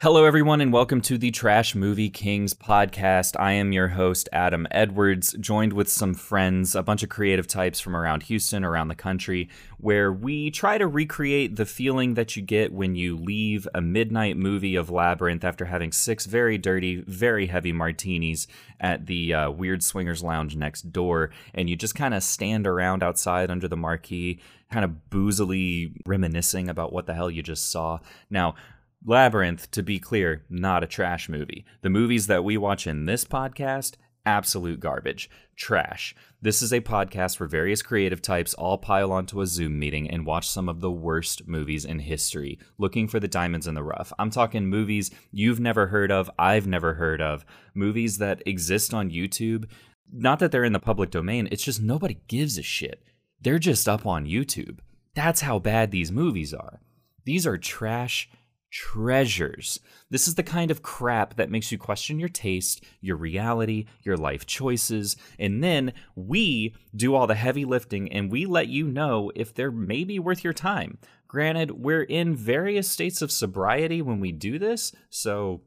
Hello, everyone, and welcome to the Trash Movie Kings podcast. I am your host, Adam Edwards, joined with some friends, a bunch of creative types from around Houston, around the country, where we try to recreate the feeling that you get when you leave a midnight movie of Labyrinth after having six very dirty, very heavy martinis at the uh, Weird Swingers Lounge next door. And you just kind of stand around outside under the marquee, kind of boozily reminiscing about what the hell you just saw. Now, Labyrinth, to be clear, not a trash movie. The movies that we watch in this podcast, absolute garbage, trash. This is a podcast where various creative types all pile onto a Zoom meeting and watch some of the worst movies in history, looking for the diamonds in the rough. I'm talking movies you've never heard of, I've never heard of, movies that exist on YouTube. Not that they're in the public domain, it's just nobody gives a shit. They're just up on YouTube. That's how bad these movies are. These are trash treasures. This is the kind of crap that makes you question your taste, your reality, your life choices. And then we do all the heavy lifting and we let you know if they're maybe worth your time. Granted, we're in various states of sobriety when we do this, so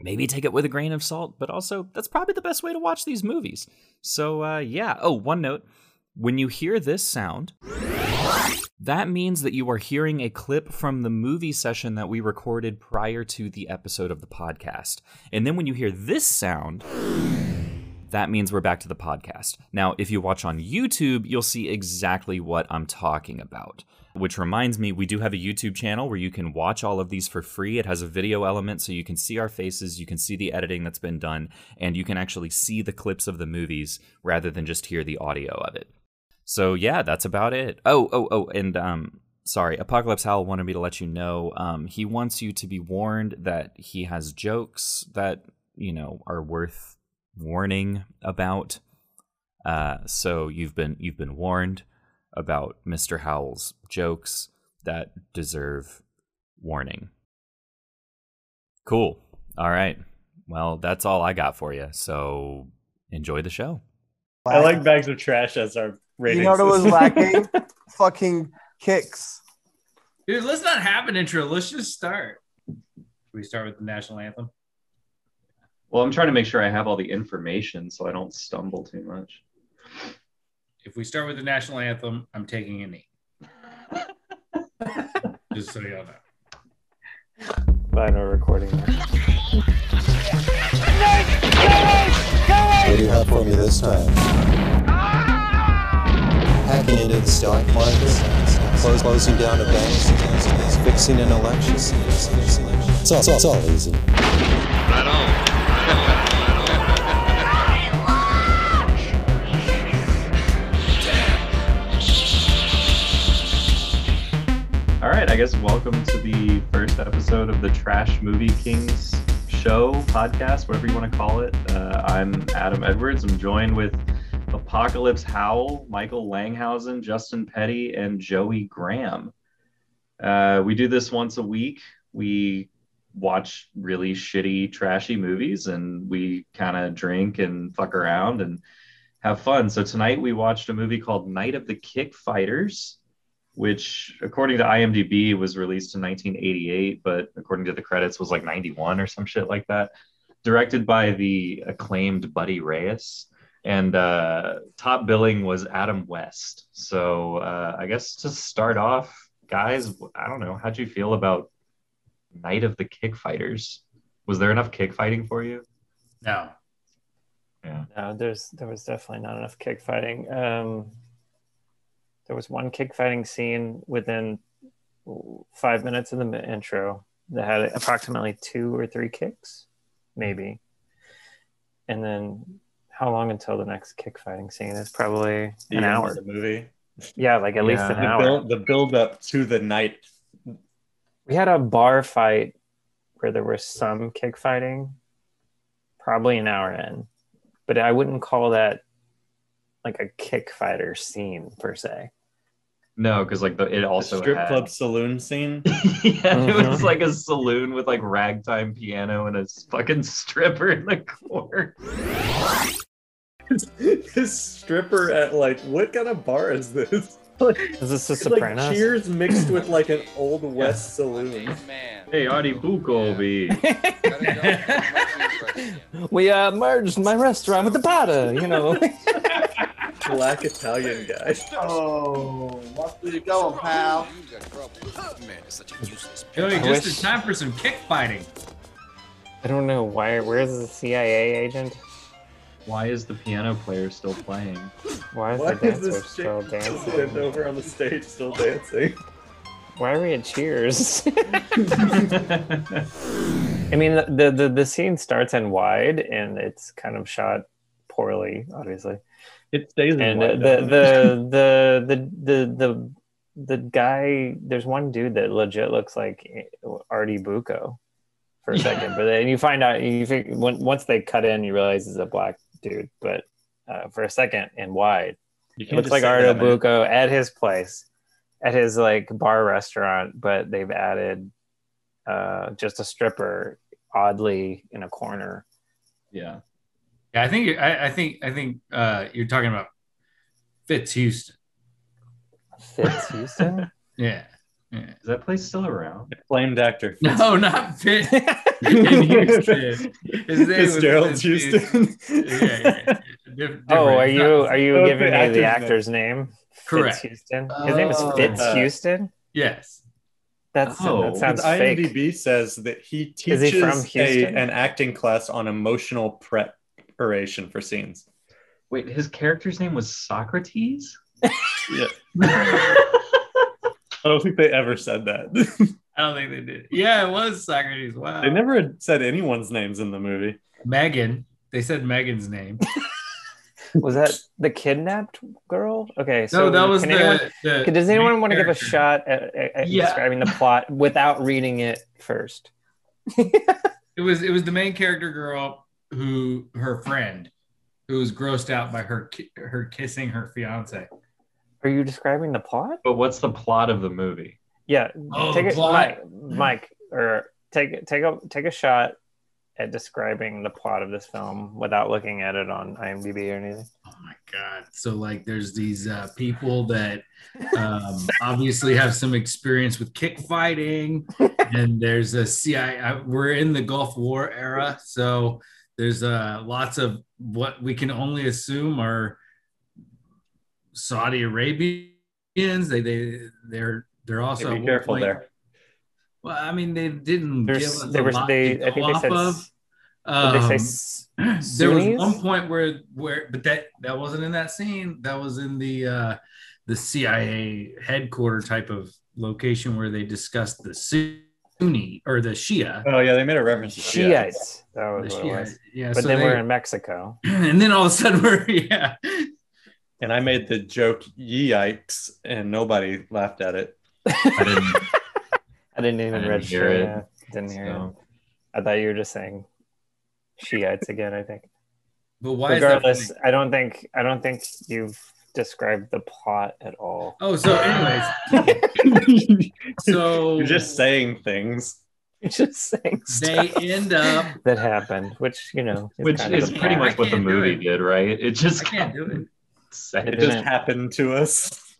maybe take it with a grain of salt, but also that's probably the best way to watch these movies. So, uh, yeah. Oh, one note when you hear this sound, that means that you are hearing a clip from the movie session that we recorded prior to the episode of the podcast. And then when you hear this sound, that means we're back to the podcast. Now, if you watch on YouTube, you'll see exactly what I'm talking about. Which reminds me, we do have a YouTube channel where you can watch all of these for free. It has a video element so you can see our faces, you can see the editing that's been done, and you can actually see the clips of the movies rather than just hear the audio of it. So yeah, that's about it. Oh, oh, oh, and um sorry, Apocalypse Hal wanted me to let you know um he wants you to be warned that he has jokes that, you know, are worth warning about. Uh so you've been you've been warned about Mr. Howell's jokes that deserve warning. Cool. All right. Well, that's all I got for you. So enjoy the show. I like bags of trash as our ratings. You know what was lacking? Fucking kicks. Dude, let's not have an intro. Let's just start. Should we start with the national anthem? Well, I'm trying to make sure I have all the information so I don't stumble too much. If we start with the national anthem, I'm taking a knee. just so y'all know. By no recording. What do you have for me this time? Hacking into the stock market, close, closing down a bank, fixing an election. It's all, it's all easy. All right, I guess welcome to the first episode of the Trash Movie Kings show, podcast, whatever you want to call it. Uh, I'm Adam Edwards. I'm joined with Apocalypse Howell, Michael Langhausen, Justin Petty, and Joey Graham. Uh, we do this once a week. We watch really shitty, trashy movies and we kind of drink and fuck around and have fun. So tonight we watched a movie called Night of the Kick Fighters which according to IMDb was released in 1988, but according to the credits was like 91 or some shit like that. Directed by the acclaimed Buddy Reyes, and uh, top billing was Adam West. So uh, I guess to start off, guys, I don't know, how'd you feel about Night of the Kick Fighters? Was there enough kick fighting for you? No. No, there's there was definitely not enough kick fighting. Um, there was one kick fighting scene within five minutes of the mi- intro that had approximately two or three kicks, maybe. And then how long until the next kick fighting scene is probably an hour. the movie. Yeah, like at least Yeah. an The hour. build, the build up to the night. we had a bar fight where there was some kick fighting, probably an hour in, but I wouldn't call that like a kick fighter scene per se. No, because like the, it also the strip had- club saloon scene. yeah, it was Mhm. like a saloon with like ragtime piano and a s- fucking stripper in the corner. this stripper at like what kind of bar is this? Is this the It's like Sopranos? Cheers mixed with like an old west saloon. Man. Hey, Artie Bukovi. we uh, merged my restaurant with the Bada, you know. Black Italian guy. Oh, where you going, pal? Man, it's such a useless Billy, I just wish- in time for some kick fighting. I don't know why. Where's the CIA agent? Why is the piano player still playing? Why is Why the is dancer this still chick sitting dancing? over on the stage still dancing? Why are we at Cheers? That's I mean, the, the the scene starts in wide, and it's kind of shot poorly, obviously. It stays in and uh, white, the, doesn't it? the the the the the the guy there's one dude that legit looks like artie bucco for a second but then you find out you think when, once they cut in you realize he's a black dude but uh, for a second and wide You it can't looks just like say artie that, man. bucco at his place at his like bar restaurant but they've added uh, just a stripper oddly in a corner yeah. Yeah, I think you- I, I think I think uh, you're talking about Fitz Houston. fitz houston Yeah. yeah. Is that place still around? Flamed actor. No, not Oh, Fitz. in Houston. His name was Fitzgerald Fitz Houston. Yeah, yeah, yeah. Diff- Oh, different. are you are you Oh, giving the me the actor's actor's name? Correct. Fitz Houston. His name is Oh. Fitz Uh, Houston. Yes. That's oh, that His sounds IMDb fake. says that he Is he from teaches a, Houston? an acting class on emotional preparation for scenes. Wait, his character's name was Socrates? Yeah. I don't think they ever said that. I don't think they did. Yeah, it was Socrates. Wow. they never said anyone's names in the movie. Megan. They said Megan's name. Was that the kidnapped girl? Okay, so no, that was can the, anyone- the can- does anyone main want to give a character. shot at, at, at Yeah. describing the plot without reading it first? It was it was the main character girl who her friend who was grossed out by her ki- her kissing her fiance. Are you describing the plot? But what's the plot of the movie? Yeah, Oh, take the it, plot. Mike, Mike, or take take a take a shot at describing the plot of this film without looking at it on IMDb or anything. Oh my god! So like, there's these uh, people that um, obviously have some experience with kick fighting, and there's a CIA. I- uh, We're in the Gulf War era, so there's uh, lots of what we can only assume are Saudi Arabians. They they they're they're also Hey, at be one careful point- there. Well, I mean, they didn't give There's, us there a was lot they. to I think they go said. off s- of. did they Um, say s- there was Sunnis? one point where where but that that wasn't in that scene that was in the uh the cia headquarter type of location where they discussed the sunni or the shia Oh yeah, they made a reference to Shia. Shiites? That was The what it Shia- was. yeah But so then they- we're in Mexico. and then all of a sudden we're yeah And I made the joke yikes, and nobody laughed at it. I didn't, I didn't even didn't register. hear it, yeah. Didn't hear so. it. I thought you were just saying Shiites again. I think. but why is Regardless, that funny? I don't think I don't think you've described the plot at all. oh so anyways so You're just saying things. You're just saying they stuff end up that happened, which you know, is which kind of is the pretty plot. much what the I can't do movie it. did, right? It i just can't do it said- It It just didn't- happened to us.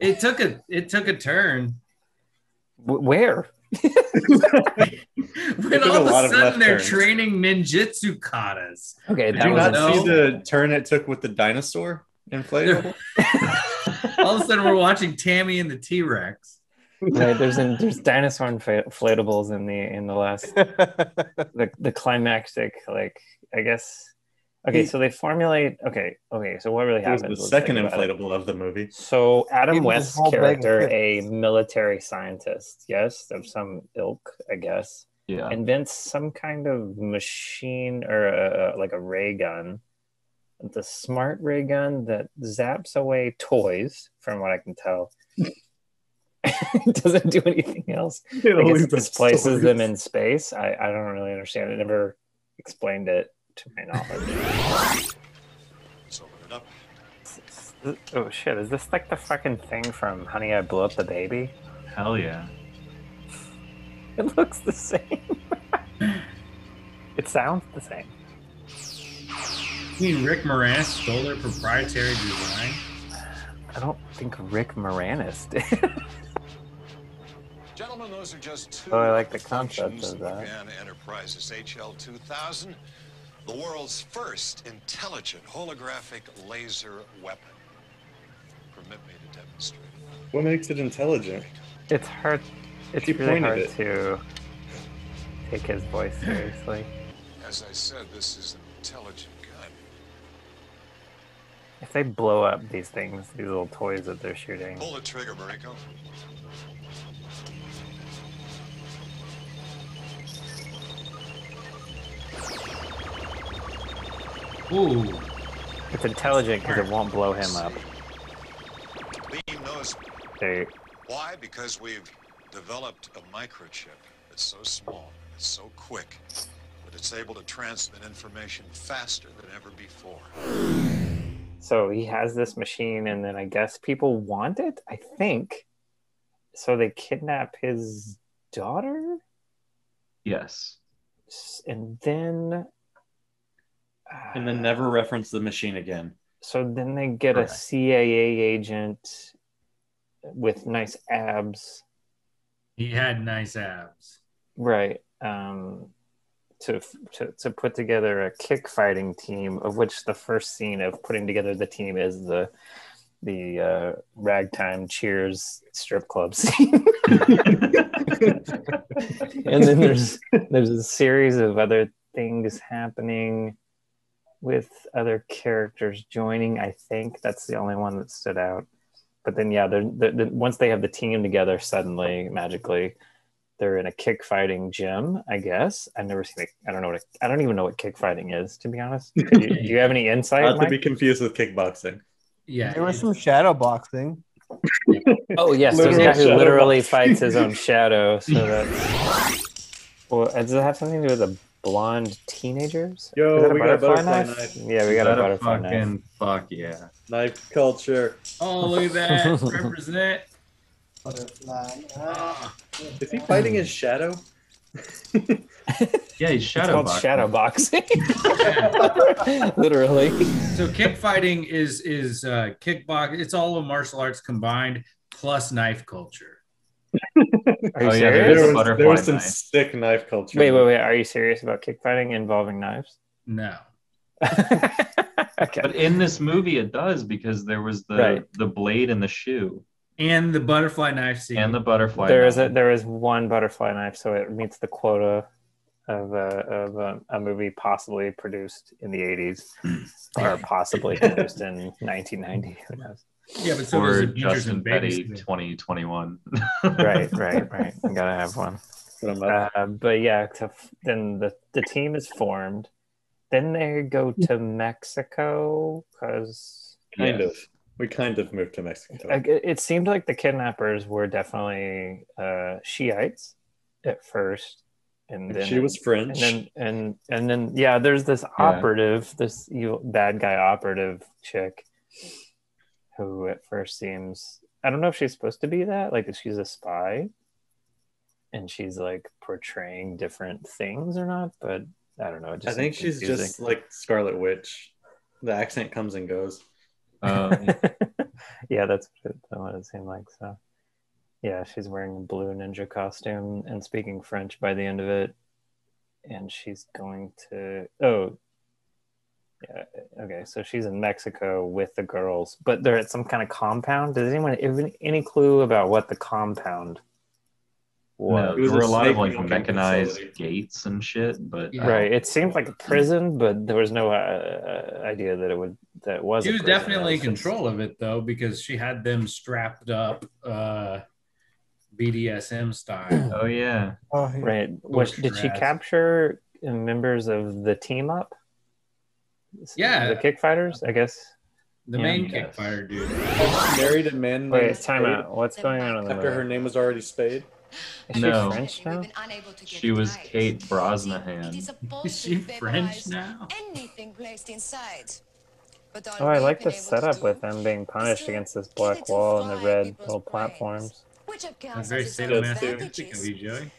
it took a it took a turn Wh- Where? when took a all of lot a of sudden left they're turns. training ninjutsu katas Okay, Did that you was not wasn't- see No. the turn it took with the dinosaur inflatable? All of a sudden, we're watching Tammy and the T Rex. Right, there's in, there's dinosaur infla- inflatables in the in the last the the climactic like I guess. Okay, so they formulate. Okay, okay. So what really It was the happens? Let's second think about it. inflatable of the movie. So Adam It was West's all big character, and a military scientist, yes, of some ilk, I guess, yeah. invents some kind of machine or a, a- like a ray gun, the smart ray gun that zaps away toys, from what I can tell. it doesn't do anything else. It I guess always it displaces them in space. I, I don't really understand. It never explained it to my knowledge. Let's open it up. oh shit, is this like the fucking thing from Honey I Blew Up the Baby? Hell yeah. It looks the same. it sounds the same. You mean Rick Moranis stole their proprietary design? I don't think Rick Moranis did. Gentlemen, those are just two Oh, I like the concept functions of that. Van Enterprises HL 2000, the world's first intelligent holographic laser weapon. Permit me to demonstrate. What makes it intelligent? It's hard. It's She really pointed hard it. to take his voice seriously. As I said, this is an intelligent gun. If they blow up these things, these little toys that they're shooting, Pull the trigger, Marinko. Ooh, it's intelligent because it won't blow him up. Beam those They, Why? Because we've developed a microchip that's so small, it's so quick, that it's able to transmit information faster than ever before. so he has this machine, and then I guess people want it. I think. So they kidnap his daughter, Yes. s- and then. And then never reference the machine again. So then they get Correct. a CAA agent with nice abs, he had nice abs. right? Um, to, to to put together a kick fighting team, of which the first scene of putting together the team is the the uh, ragtime cheers strip club scene. and then there's there's a series of other things happening with other characters joining i think that's the only one that stood out but then yeah they're, they once they have the team together suddenly magically they're in a kick fighting gym i guess i've never seen it i don't know what a, i don't even know what kick fighting is to be honest do you, do you have any insight Not to Mike? be confused with kickboxing. Yeah, There was it- some shadow boxing. Oh yes, there's Literal a guy who shadow literally box. fights his own shadow. So that. Well, uh, does it have something to do with the blonde teenagers? Yo, Is that we got a butterfly Yeah, we got a butterfly fucking knife. fuck yeah. Knife culture. oh, look at that represent. Oh, Butterfly. Ah, Is he fighting his shadow? Yeah, he's It's shadow called boxing. shadow boxing. literally. so kick fighting is is uh, kickbox. It's all of martial arts combined plus knife culture. Are you Oh, yeah, there is. serious? There a was, butterfly there was some knife. sick knife culture. Wait, wait, wait. Are you serious about kickfighting involving knives? No, okay. But in this movie, it does because there was the Right. the blade and the shoe and the butterfly knife scene. and the butterfly. There is a knife. there is one butterfly knife, so it meets the quota of a, of a, a movie possibly produced in the eighties, or possibly produced in nineteen ninety. Who knows? yeah, but so does or Adventures in Justin Petty Vegas. 2021. Right, right, right. You gotta have one. Put 'em up. Uh, but yeah, to, then the the team is formed. Then they go to Mexico because kind yes. of. We kind of moved to Mexico. it seemed like the kidnappers were definitely uh, Shiites at first, and And then she was and French. then and and then yeah there's this operative this evil bad guy operative chick who at first seems i don't know if she's supposed to be that like if she's a spy and she's like portraying different things or not but i don't know I it just think seems she's just like Scarlet Witch. The accent comes and goes. Uh, confusing. yeah that's what it, that's what it seemed like so yeah she's wearing a blue ninja costume and speaking french by the end of it and she's going to oh yeah okay so she's in mexico with the girls but they're at some kind of compound does anyone have any- any clue about what the compound no, was It was there were a a lot of snake like milking mechanized facility. gates and shit, but Yeah. right it seemed like a prison but there was no uh, idea that it would that it was She a was prison. definitely in It was just- control of it though, because she had them strapped up uh, BDSM style. oh yeah, Oh, he- Right. Was, Torture did she ass. capture uh, members of the team up? S- Yeah. The kick fighters, I guess. The Yeah, main yes. kick fighter dude. She married a man. Wait, named time Spade out. What's going on in the After her movie? name was already Spade. Is she No. French now? she was Kate Brosnahan. Is she French now? Anything placed inside. But all Oh, I we've like been the able to setup do- with them being punished to against this get black it to wall and the fly red people's little brains. platforms. Which of course That's very has its own sadomasochistic advantages. of you, Joey. It's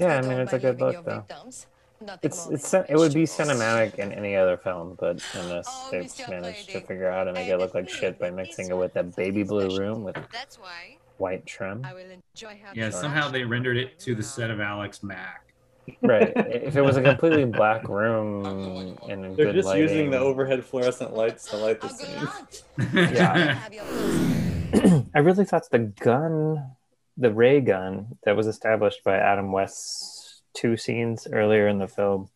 Yeah, I controlled mean, it's by a good leaving look, your though. victims Nothing It's more it's than it would be vegetables. cinematic in any other film, but in this Oh, they Mr. managed to Brady, figure out how to make it look like shit by mixing it with that baby blue room with That's why white trim. I will enjoy how Yeah, the somehow trash they rendered it to the moves set of Alex Mack. Right. If it was a completely black room and a They're good just lighting, using the overhead fluorescent lights to light the I'll go scene. out. Yeah. Have your clothes. I really thought the gun, the ray gun that was established by Adam West's two scenes earlier in the film,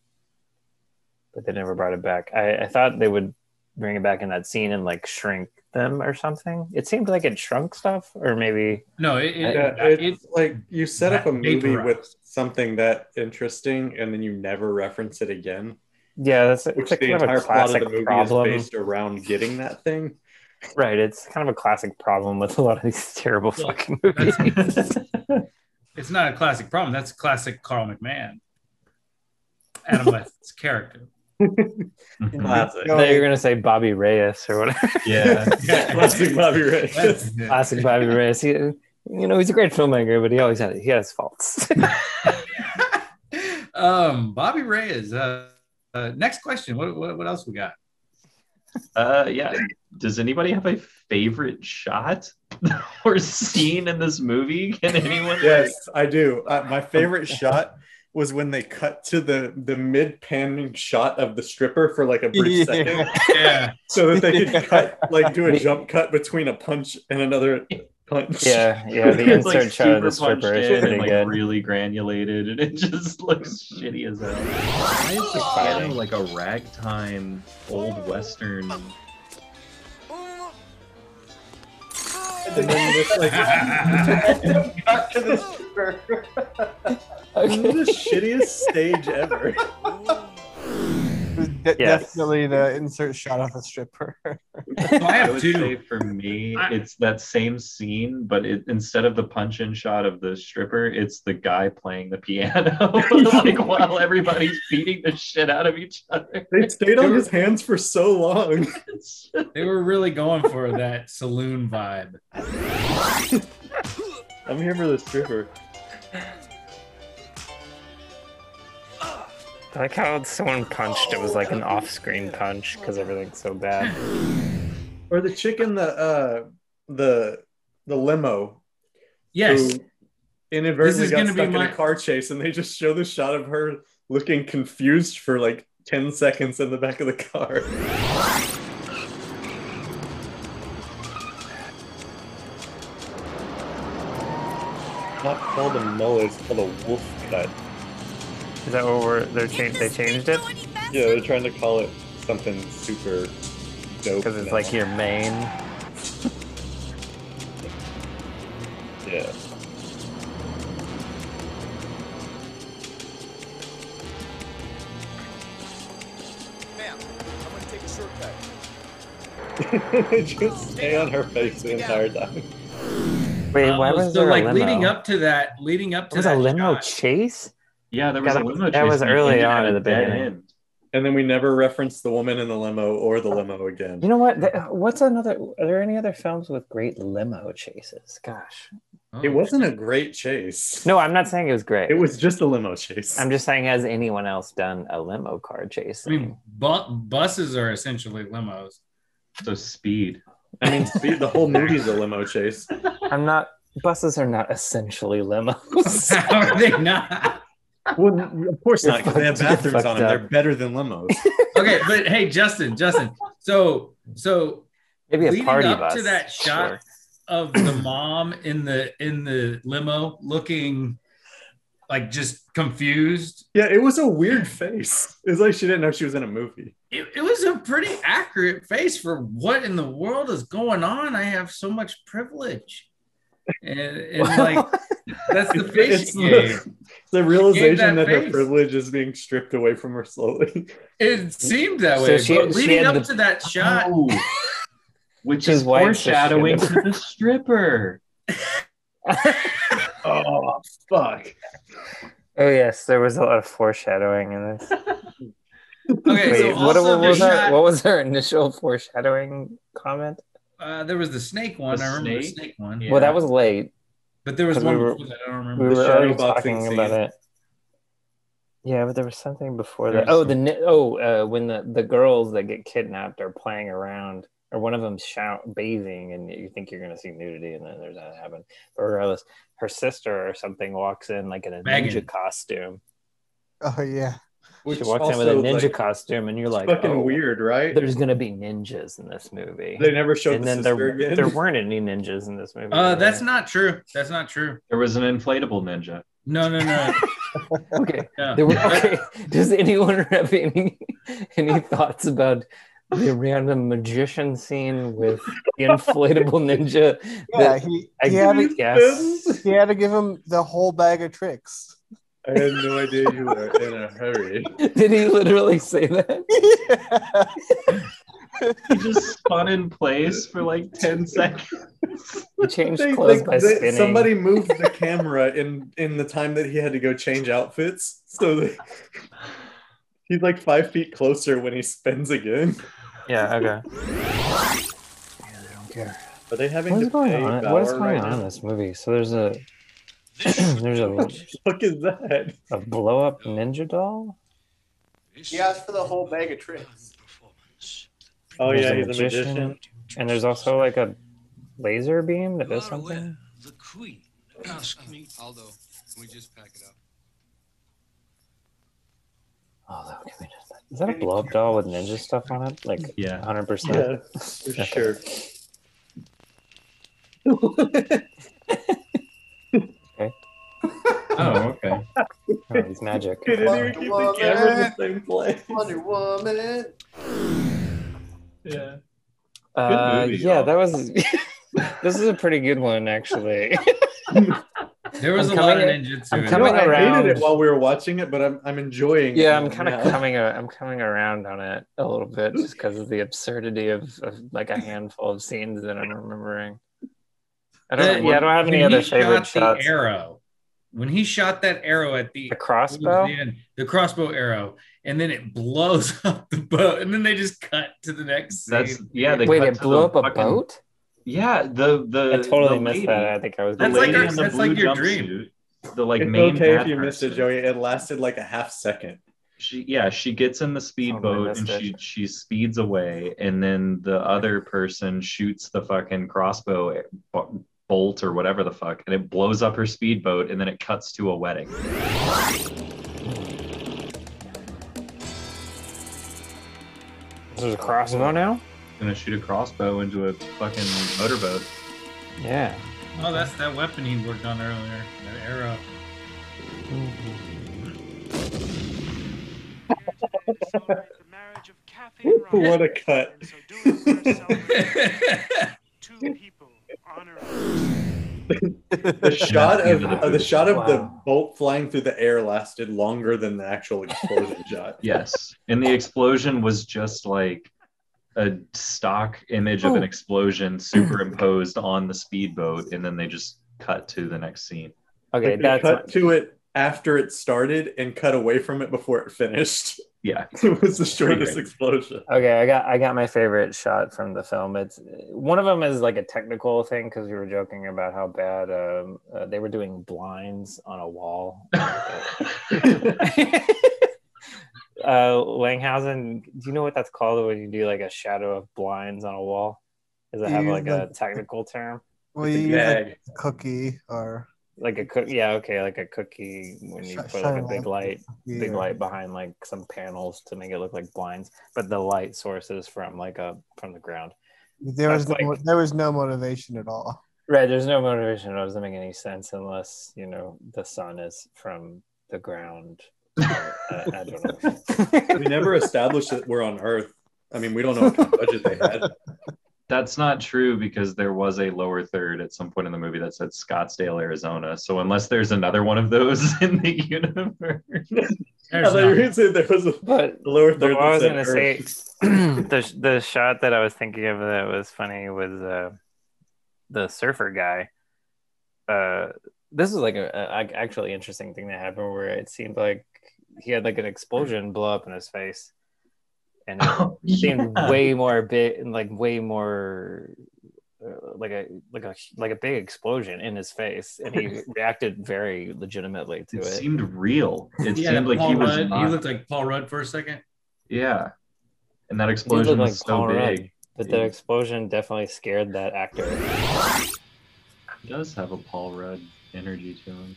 but they never brought it back. I, I thought they would bring it back in that scene and like shrink them or something. It seemed like it shrunk stuff, or maybe no, it, it, Yeah, Uh, it, it's like you set up a that movie with vaporized. something that interesting, and then you never reference it again. yeah, that's it's Which like the kind of a entire plot of classic the movie problem, is based around getting that thing. right? It's kind of a classic problem with a lot of these terrible Well, fucking movies. it's not a classic problem. That's a classic Carl McMahon, Adam West's character. Mhm. Classic. No, you're gonna say Bobby Reyes or whatever. Yeah. Classic Bobby Reyes. classic Bobby Reyes. He, you know, he's a great filmmaker, but he always had he has faults. um, Bobby Reyes. Uh, uh, next question. What, what, what else we got? Uh, yeah. Does anybody have a favorite shot or scene in this movie? Can anyone? Yes, I do. Uh, my favorite shot was when they cut to the the mid panning shot of the stripper for like a brief Yeah. second, Yeah, so that they could cut like do a jump cut between a punch and another punch. yeah, yeah. The It's, insert shot of the super punched stripper is in and, pretty like, good. Really granulated, and it just looks shitty as hell. Why is the piano like a ragtime old western? Ooh. And then just like cut to the stripper. This is the shittiest stage ever. De- Yes. Definitely the insert shot of a stripper. So I I have would two. say for me, I- it's that same scene, but it, instead of the punch-in shot of the stripper, it's the guy playing the piano, like while everybody's beating the shit out of each other. They stayed on his hands for so long. It's- They were really going for that saloon vibe. I'm here for the stripper. I like how someone punched. It was like an off-screen punch because everything's so bad. Or the chick in the uh the the limo Yes, who inadvertently This is got gonna stuck be in my- a car chase, and they just show the shot of her looking confused for like ten seconds in the back of the car. Not called a mullet, it's called a wolf cut. Is that what we're? They're cha- they changed it Yeah, they're trying to call it something super dope. because it's now. like your main. yeah. just stay on her face the entire time. Wait, why Um, was so there like a limo? leading up to that, leading up It to was that a limo shot, chase. yeah, there was Yeah, a that- limo that chase was and it early ended on at in a the dead beginning. end. And then we never reference the woman in the limo or the limo again. You know what? Th- What's another? Are there any other films with great limo chases? Gosh, Oh. It wasn't a great chase. no, I'm not saying it was great. It was just a limo chase. I'm just saying, has anyone else done a limo car chase? I mean, bu- buses are essentially limos. So speed. I mean, speed, the whole movie's a limo chase. I'm not. Buses are not essentially limos. How are they not? Well, of course not. 'cause They have You're fucked- bathrooms on them. you're They're fucked better than limos. Okay, but hey, Justin, Justin. So, so Maybe a Leading party up bus. to that shot Sure. of the mom in the in the limo looking like just confused. Yeah, it was a weird face. It was like she didn't know she was in a movie. It, it was a pretty accurate face for what in the world is going on. I have so much privilege. And, and like that's the face It's she gave. the, the realization that, that her face. privilege is being stripped away from her slowly. It seemed that So way. she- but she leading had up the- to that shot, Oh. Which She's is white, so she foreshadowing could've- to the stripper. Oh fuck! Oh yes, there was a lot of foreshadowing in this. okay. Wait, so what, also what the was shot, her, what was her initial foreshadowing comment? uh, there was the snake one. The I remember snake? the snake one. Yeah. Well, that was late. But there was 'Cause one we were- before that I don't remember. We The were shadow already boxing talking scene. about it. Yeah, but there was something before There that. was Oh, the ni- oh, uh, when the the girls that get kidnapped are playing around, or one of them shout bathing, and you think you're gonna see nudity, and then there's not happen. But regardless, her sister or something walks in like in a Megan. ninja costume. Oh yeah. she walks in with a also, ninja like, costume, and you're like, fucking oh, weird, right? There's gonna be ninjas in this movie. They never showed and the then sister there, again. there weren't any ninjas in this movie. Uh, that's right? not true. That's not true. There was an inflatable ninja. No, no, no. okay. Yeah. There were, okay. Does anyone have any any thoughts about the random magician scene with the inflatable ninja? Yeah, that he, I he, had to, didn't guess. he had to give him the whole bag of tricks. I had no idea you were in a hurry. Did he literally say that? yeah. He just spun in place for like 10 seconds. He changed clothes by they- spinning. somebody moved the camera in in the time that he had to go change outfits, so they, he's like five feet closer when he spins again. Yeah. Okay. Are they having What is to going pay on? Bauer What is going right on now? in this movie? So there's a there's a, Fuck is that? a blow up ninja doll. This He asked for the whole bag of tricks. performance Oh There's yeah, a he's a magician. magician. And there's also like a laser beam that does You are aware something. The Queen asked me. Aldo, can we just pack it up? Oh, that would be nice. Is that a blow up doll with ninja stuff on it? Like Yeah. 100%? Yeah, for sure. Oh, okay. Oh, he's magic. He didn't even keep the camera in the same place. Wonder Woman. Yeah. Uh, movie, yeah, though. that was. this is a pretty good one, actually. There was I'm a lot of coming in- ninjutsu. I'm in it. coming- No, I around. hated it while we were watching it, but I'm I'm enjoying. yeah, it I'm kind now. of coming. A, I'm coming around on it a little bit just because of the absurdity of, of like a handful of scenes that I'm remembering. I don't. Yeah, I don't have any When he other shot favorite shots. The arrow. When he shot that arrow at the The crossbow. the, end, the crossbow arrow, and then it blows up the boat, and then they just cut to the next scene. That's, yeah. They Wait, cut it to blew the up a fucking- boat. Yeah. The, the, I totally the missed lady- that. I think I was. The That's gonna- lady like our- in the that's blue like your jumpsuit, dream. The like it's main okay if bad you missed it, person. Joey. It lasted like a half second. she yeah she gets in the Totally speedboat Oh, missed and it. she she speeds away and then the other person shoots the fucking crossbow bo- bolt or whatever the fuck and it blows up her speedboat and then it cuts to a wedding There's a crossbow now. gonna shoot a crossbow into a fucking motorboat Yeah. Oh, that's that weapon he worked on earlier. That arrow. Mm-hmm. What a cut. The shot of uh, the shot of the Wow. bolt flying through the air lasted longer than the actual explosion shot. yes and the explosion was just like a stock image of an Oh. explosion superimposed on the speedboat and then they just cut to the next scene Okay, Like, they that's cut to it after it started and cut away from it before it finished. yeah It was the shortest explosion. Okay, I got I got my favorite shot from the film. It's one of them is like a technical thing because we were joking about how bad um, uh, they were doing blinds on a wall. uh, Langhausen, do you know what that's called when you do like a shadow of blinds on a wall? Does it have You like use, a like- technical term? We use like a cookie or Like a cook? Yeah, okay, like a cookie when you sh- put like a shine big light Yeah. big light behind like some panels to make it look like blinds, but the light sources from like a from the ground. There was That's no, like- there was no motivation at all. Right, there's no motivation. It doesn't make any sense unless you know the sun is from the ground. I, I don't know. We never established that we're on Earth. I mean, we don't know what kind of budget they had. That's not true because there was a lower third at some point in the movie that said Scottsdale, Arizona. So unless there's another one of those in the universe, I There's thought you were no- gonna say there was a but lower the, third. what I was that gonna said say, Earth. the the shot that I was thinking of that was funny was uh, the surfer guy. Uh, this is like a, a actually interesting thing that happened where it seemed like he had like an explosion blow up in his face, Oh, and it seemed way more big and like way more uh, like a like a like a big explosion in his face, and he reacted very legitimately to it. It seemed real. It Yeah, seemed like he Paul was. Rudd- not- He looked like Paul Rudd for a second. yeah, and that He looked explosion was like so Paul Rudd, big. but the explosion definitely scared that actor. He does have a Paul Rudd energy to him.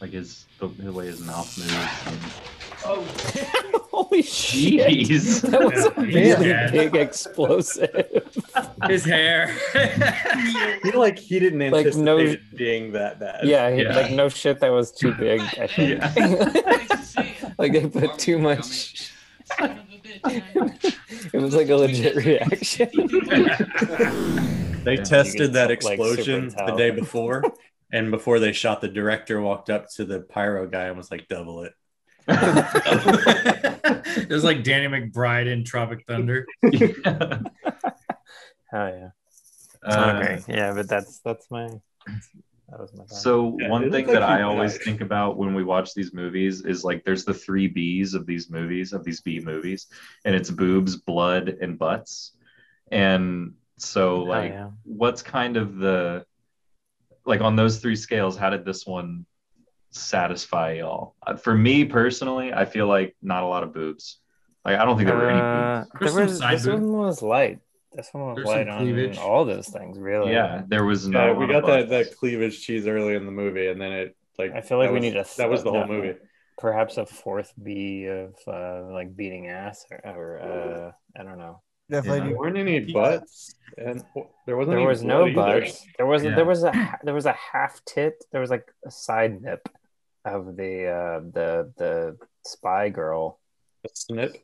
Like his the, the way his mouth moves. And... Oh, Holy shit! Jeez. That was a Yeah. really Yeah. big explosive. his hair. He like he didn't Like, anticipate no- it being that bad. yeah, he- Yeah. like no shit, that was too big. I think. like they put too much. it was like a legit reaction. They Yeah. tested that You can, like, explosion super the day before, and before they shot, the director walked up to the pyro guy and was like, "Double it." it was like Danny McBride in Tropic Thunder. Yeah. Oh yeah. Uh, okay. Yeah, but that's that's my that was my thought. So Yeah, it one looked thing like that he I died. always think about when we watch these movies is like there's the three B's of these movies of these B movies, and it's boobs, blood, and butts. And so Oh, like, yeah. what's kind of the like on those three scales? How did this one satisfy y'all? Uh, For me personally, I feel like not a lot of boobs. Like I don't think there were any. Uh, There's there some was- side this boob. one was light. This one was There's some light on cleavage. all those things, Boobs. really. Yeah, there was not. Yeah, a we lot of got that butts. that cleavage cheese early in the movie, and then it like I feel like that we was- need a that was the whole no. movie. Perhaps a fourth B of uh, like beating ass or, or uh, I don't know. Definitely. There weren't any butts, and there wasn't. There any was no blood either. butts. There was Yeah. there was a ha- there was a half tit. There was like a side nip of the uh, the the spy girl A snip.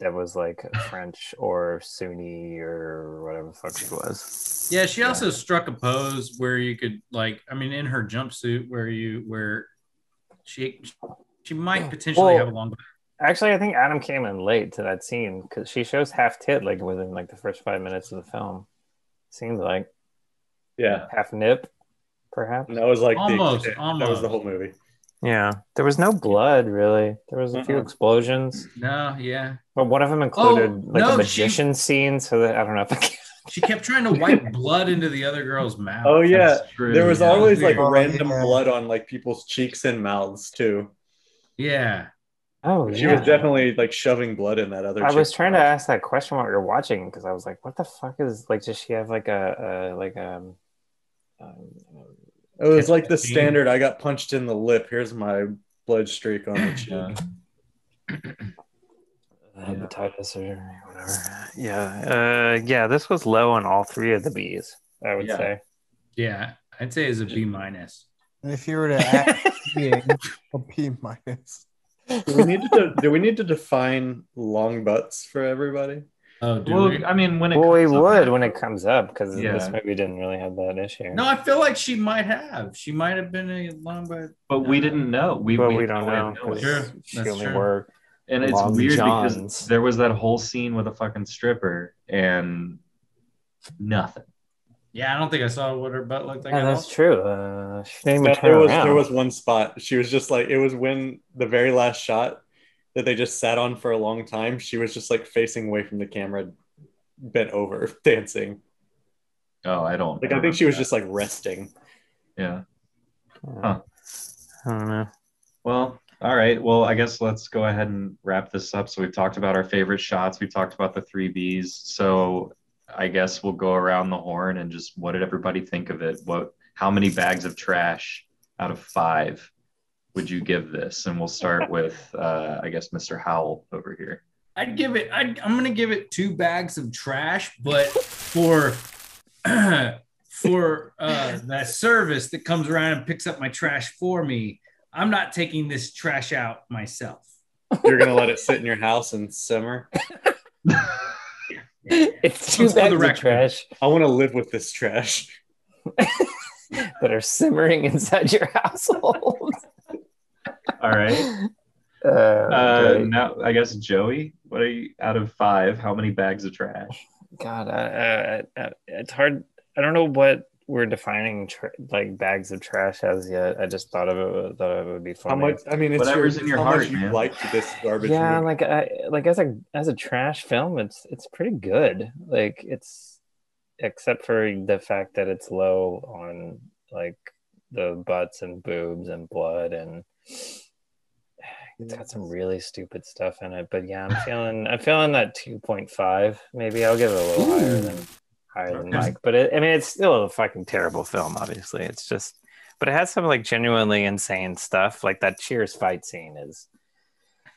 that was like French or Sunni or whatever the fuck she was. Yeah, she also struck a pose where you could like, I mean, in her jumpsuit where you where she she might potentially Well- have a long Actually, I think Adam came in late to that scene because she shows half tit like within like the first five minutes of the film. Seems like Yeah, half nip, perhaps. and that was like the Almost, extent. That was almost. the whole movie. Yeah, there was no blood really. There was a few Uh-uh. explosions, No, yeah. but one of them included like no, a she- magician scene. So that I don't know if I can She kept trying to wipe blood into the other girl's mouth. Oh yeah, That's true, there was yeah. always like Weird. random Yeah. blood on like people's cheeks and mouths too. Yeah. Oh, She yeah. was definitely like shoving blood in that other. I was chick's trying to mouth. ask that question while we were watching because I was like, "What the fuck is like? Does she have like a, a like um, um, It was like the Fifteen. standard. I got punched in the lip. Here's my blood streak on the cheek. Yeah. hepatitis or whatever?" Yeah, uh, yeah. This was low on all three of the B's. I would Yeah. say. Yeah. I'd say it's a B minus. And if you were to add being a P minus, Do we need to do we need to define long butts for everybody? Oh, dude. Well, I mean, when it Well, we comes up- would when it comes up because this Yeah. movie didn't really have that issue. no, I feel like she might have. She might have been a long but but we didn't know. We but we, we, had don't no way know of knowing. 'cause Sure, she that's only true. worked. and it's Long weird Johns. because there was that whole scene with a fucking stripper and nothing. yeah, I don't think I saw what her butt looked like. Oh, Yeah, at that's all. true. Uh, she didn't even Yeah, turn there was around. there was one spot. She was just like it was when the very last shot that they just sat on for a long time. She was just like facing away from the camera, bent over, dancing. Oh, I don't. Like I think she was just like resting. Yeah. Yeah. I don't know. Well, all right. Well, I guess let's go ahead and wrap this up. So we've talked about our favorite shots. We talked about the three Bs. So I guess we'll go around the horn and just what did everybody think of it? What? How many bags of trash out of five would you give this? And we'll start with uh, I guess Mr. Howell over here. I'd give it. I'd, I'm gonna give it two bags of trash, but for for uh, that service that comes around and picks up my trash for me, I'm not taking this trash out myself. You're gonna let it sit in your house and simmer. It's two Let's go bags the of record. trash I want to live with this trash. that are simmering inside your household. All right. Uh, Uh, okay. now I guess Joey. What are you out of five? How many bags of trash? God, I, I, I, it's hard. I don't know what we're defining tr like bags of trash as yet. I just thought of it. Thought it would be funny. How much? I mean, it's Whatever's your, in your how heart, much you man. like this garbage. yeah, movie. like I, like as a as a trash film, it's it's pretty good. Like it's except for the fact that it's low on like the butts and boobs and blood and it's got some really stupid stuff in it. But yeah, I'm feeling I'm feeling that two point five. Maybe I'll give it a little higher than higher than Okay. Mike. But it, I mean, it's still a fucking terrible film. Obviously, it's just. But it has some like genuinely insane stuff. Like that Cheers fight scene is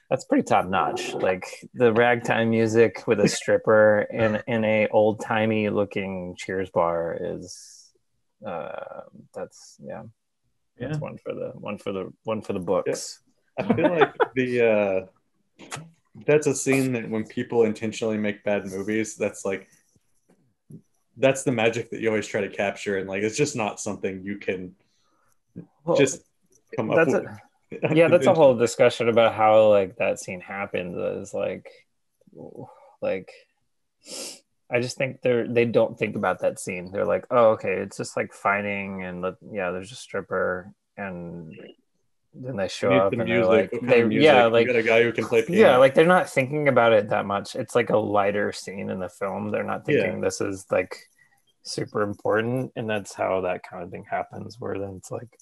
that's pretty top notch. Like the ragtime music with a stripper and in a old timey looking Cheers bar is uh, that's yeah, Yeah. that's one for the one for the one for the books. I feel like the uh, that's a scene that when people intentionally make bad movies, that's like that's the magic that you always try to capture, and like it's just not something you can Well, just come up that's with. a, yeah, that's a whole discussion about how like that scene happened. Is like like I just think they're they don't think about that scene. They're like, oh, okay, it's just like fighting and let, yeah, there's a stripper and then they show You up need and the they're music. like, what kind they, of music? yeah, You like got a guy who can play piano. yeah, like they're not thinking about it that much. It's like a lighter scene in the film. They're not thinking this is like super important, and that's how that kind of thing happens. Where then it's like,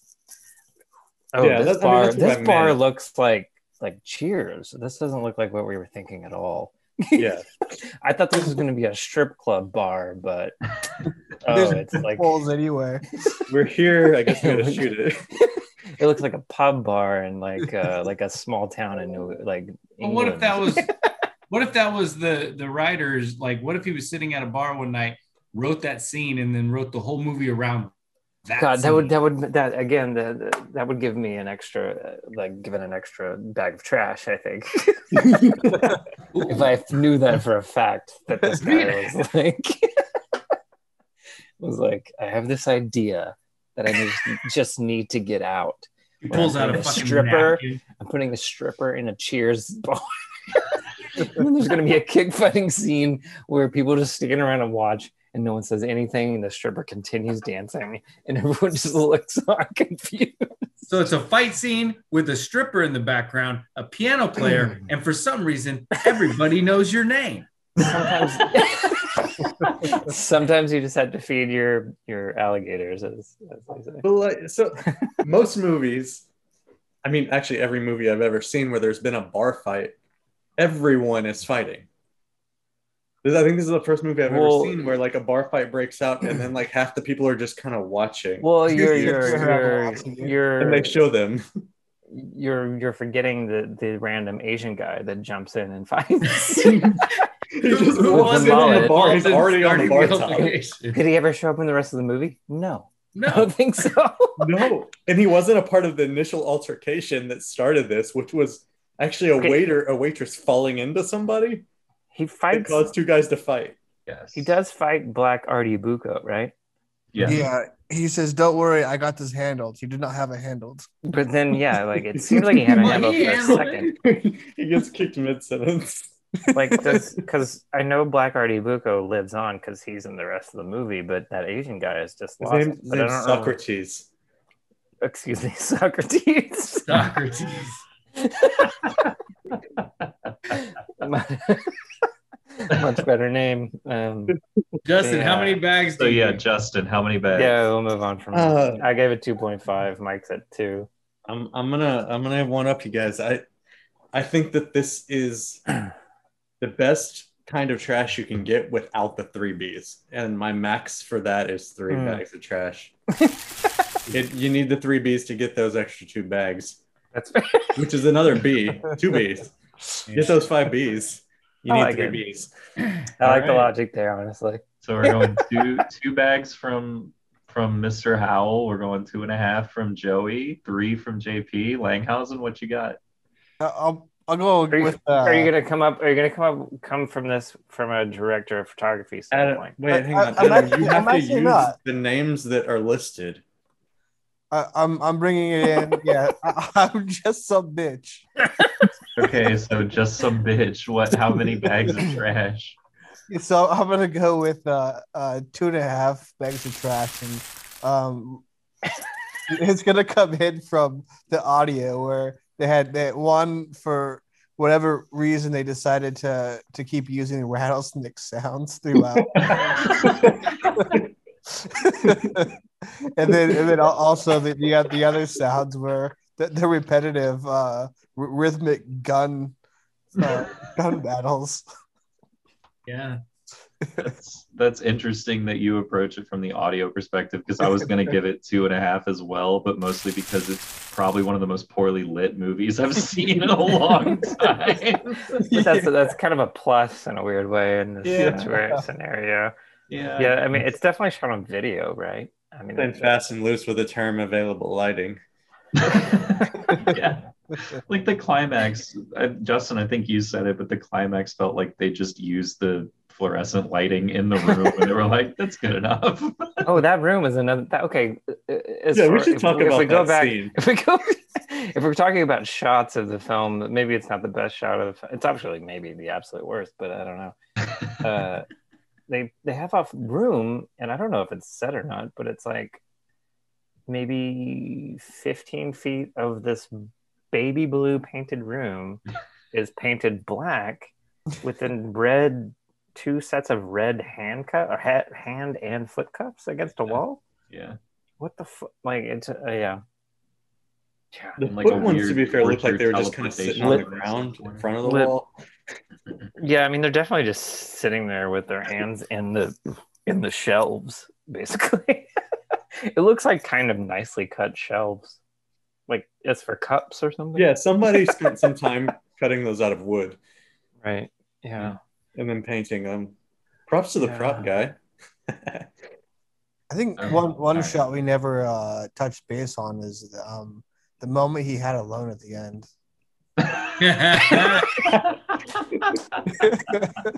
oh, Yeah, this that- I mean, bar, that's what I this bar meant. looks like like Cheers. This doesn't look like what we were thinking at all. yeah, I thought this was going to be a strip club bar, but oh, There's it's like Balls anyway. we're here. I guess we gotta shoot it. it looks like a pub bar in like uh, like a small town in New like. Well, what if England. that was what if that was the the writers like what if he was sitting at a bar one night, wrote that scene and then wrote the whole movie around that God, that would scene? that would that again that that would give me an extra uh, like given an extra bag of trash. I think if I knew that for a fact that this guy was like was like I have this idea that I need, just need to get out. he pulls out a A fucking stripper. napkin. I'm putting a stripper in a Cheers bar. and then there's going to be a kick fighting scene where people just stand around and watch, and no one says anything, and the stripper continues dancing, and everyone just looks on confused. So it's a fight scene with a stripper in the background, a piano player, and for some reason everybody knows your name. Sometimes, sometimes you just have to feed your your alligators, as, as they say. But like, so most movies, I mean, actually every movie I've ever seen where there's been a bar fight, everyone is fighting. This, I think this is the first movie I've Well- ever seen where like a bar fight breaks out and then like half the people are just kind of watching. Well, you're you're you're- you're, you're- and they show them. you're you're forgetting the the random Asian guy that jumps in and fights. He just Who walks was in on the it? bar. He's already on the Starting bar the top. altercation. Did he ever show up in the rest of the movie? No, I No, don't think so. No, and he wasn't a part of the initial altercation that started this, which was actually a Okay. waiter, a waitress falling into somebody He that fights. caused two guys to fight. Yes. He does fight Black Artie Bucco, right? Yeah. yeah. He says, "Don't worry, I got this handled." He did not have it handled. But then, yeah, like it seems like he had a Well, handle he for a handled second. he gets kicked mid sentence. Like, does because I know Black Artie Bucco lives on because he's in the rest of the movie, but that Asian guy is just His lost. name, his But I name's don't know- Socrates. Excuse me, Socrates. Socrates. Much better name. Um, Justin, how Yeah. many bags? So do you yeah, get? Justin, how many bags? yeah, we'll move on from. Uh, I gave it two point five. Mike's at two. I'm I'm gonna I'm gonna have one up you guys. I I think that this is the best kind of trash you can get without the three Bs. And my max for that is three Hmm. bags of trash. it, you need the three Bs to get those extra two bags, That's which is another B, two Bs. Get those five Bs. You I need like three it. Bs. I like the Alright. logic there, honestly. So we're going two two bags from from Mr. Howell. We're going two and a half from Joey, three from JP. Langhausen, what you got? I- Uh, I'll I'll go you- with. Uh, are you gonna come up? Are you gonna come up? Come from this from a director of photography Adam, standpoint? wait, hang I- on. I'm Adam, actually- you have I'm to actually use not. the names that are listed. I, I'm I'm bringing it in. Yeah, I, I'm just some bitch. Okay, so just some bitch. What? How many bags of trash? so I'm gonna go with uh, uh, two and a half bags of trash, and um, it's gonna come in from the audio where they had that one for whatever reason they decided to to keep using the rattlesnake sounds throughout. and then and then al- also the the, the other sounds were the, the repetitive uh, r- rhythmic gun uh, gun battles. Yeah. That's that's interesting that you approach it from the audio perspective because I was gonna give it two and a half as well, but mostly because it's probably one of the most poorly lit movies I've seen in a long time. But that's that's kind of a plus in a weird way in this Yeah. situa- scenario. Yeah. Yeah, I mean, it's definitely shot on video, right? I mean, Playing fast and loose with the term available lighting. yeah. Like the climax, I, Justin, I think you said it, but the climax felt like they just used the fluorescent lighting in the room and they were like, that's good enough. oh, that room is another. That, okay, uh, uh, as Yeah, we far- should if talk if we about go that back, scene. If we go, if we're talking about shots of the film, maybe it's not the best shot of. the f- It's actually maybe the absolute worst, but I don't know. Uh, they they have a room, and I don't know if it's set or not, but it's like maybe fifteen feet of this baby blue painted room is painted black within red two sets of red hand cuff or ha- hand and foot cuffs against a wall Yeah. what the fuck? Like it's uh, yeah. The And, foot a ones, to weird be fair, looked like they were torture just kind of sitting on the teleportation. ground in front of the Lip. wall. Yeah, I mean they're definitely just sitting there with their hands in the in the shelves, basically. it looks like kind of nicely cut shelves. Like it's for cups or something. Yeah, somebody spent some time cutting those out of wood Right. Yeah. and then painting them. Props to the prop guy. I think Okay, one one alright. shot we never uh, touched base on is um, the moment he had alone at the end.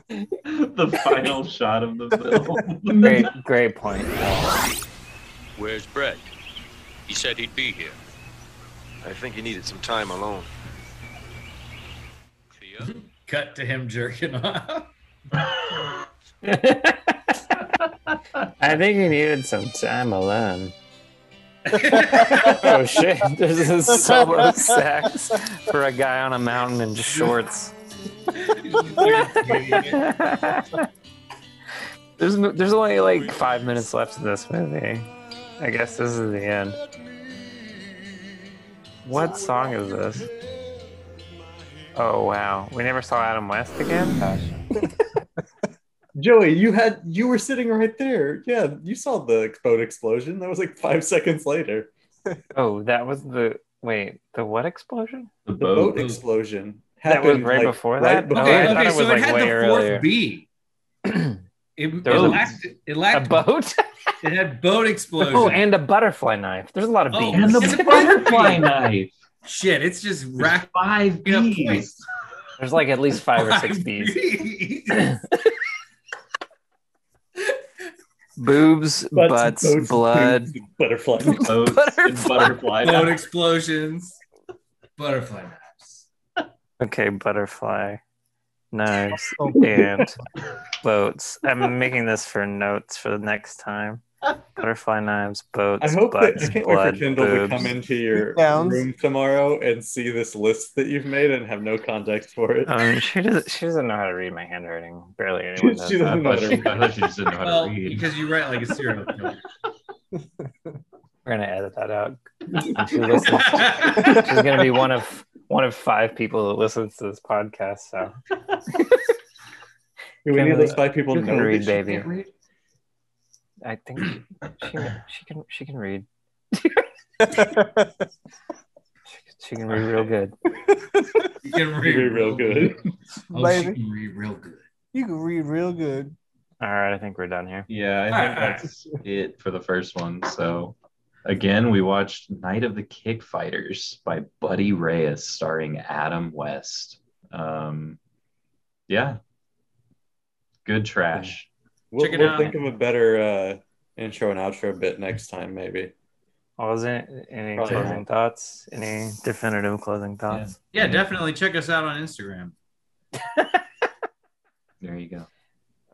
the final shot of the film. Great great point. Where's Brett? He said he'd be here. I think he needed some time alone. Cleo? Cut to him jerking off. I think he needed some time alone. oh shit! This is solo sex for a guy on a mountain in shorts. there's no- there's only like five minutes left of this movie. I guess this is the end. What song is this? Oh wow, we never saw Adam West again. Gosh. Joey, you had you were sitting right there. Yeah, you saw the boat explosion. That was like five seconds later. Oh, that was the wait the what explosion? The The boat, boat. explosion That was happened, right like, before right that? before Okay, that. thought it was, like, way earlier. B. It, There it was a- lacked. It A lacked. boat? It had boat explosion. oh, and a butterfly knife. There's a lot of Oh, bees. and the- The butterfly knife. shit. It's just racked Five up bees. points. There's like at least five or six Five bees. bees. Boobs, Butts, boats, blood. boobs, butterfly. Boats and butterfly boat knife. explosions. Butterfly knives. Okay, butterfly, knives, Oh. and boats. I'm making this for notes for the next time. Butterfly knives, boats, I hope that I butts, can't wait blood, for Kendall to boobs. come into your Sounds. room tomorrow and see this list that you've made and have no context for it. Um, she doesn't. She doesn't know how to read my handwriting. Barely anyone does. She I doesn't know thought what she, it I thought she just didn't know how to Well, read. because you write like a serial killer. We're gonna edit that out. When she listens, she's gonna be one of one of five people that listens to this podcast. So Do any of Kendall, those five people you know can read, that she baby. can't read? I think she, she can she can read. she can read real good. You can read, She'd be real good. Oh, she Baby. can read real good. You can read real good. All right, I think we're done here. Yeah, I think that's it for the first one. So, again, we watched Night of the Kick Fighters by Buddy Reyes, starring Adam West. Um, yeah, good trash. We'll, Check it we'll out. think of a better uh, intro and outro bit next time, maybe. Well, is it any Probably closing thoughts? Any definitive closing thoughts? Yeah, definitely check us out on Instagram. There you go.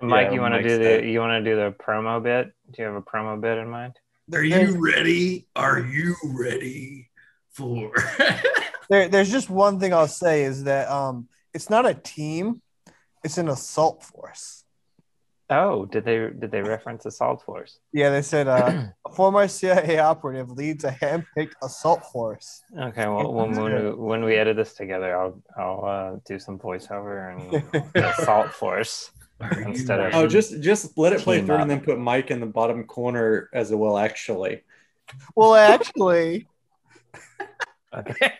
Mike, Yeah, you want to Mike's do the dead. you want to do the promo bit? Do you have a promo bit in mind? Are you ready? Are you ready for? There, there's just one thing I'll say is that um, it's not a team, it's an assault force. Oh, did they did they reference assault force? Yeah, they said uh, a former CIA operative leads a handpicked assault force. Okay, well, when, when we when we edit this together, I'll I'll uh, do some voiceover and assault force instead of Oh, just just let it play Team through Mm-hmm. up. and then put Mike in the bottom corner as a well. Actually, Well, actually, okay.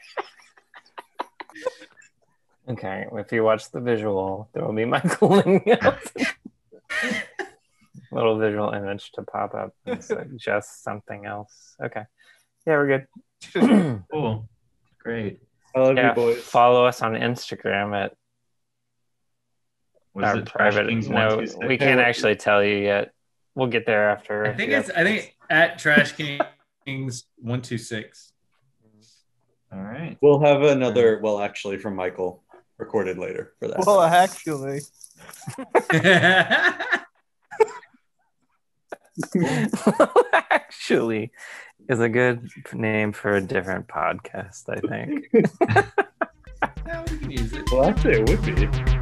If you watch the visual, there will be Michael Lingard. Little visual image to pop up and suggest something else. Okay, yeah, we're good. Cool. Great. I love yeah, you boys. follow us on Instagram at What is our it? Trash private. Kings No, 126? we can't actually tell you yet. We'll get there after. I think Yeah. it's. I think at Trash Kings one two six. All right. We'll have another well. Actually, from Michael recorded later for that. well, actually, actually is a good name for a different podcast. I think. Now we can use it. well, actually, it would be.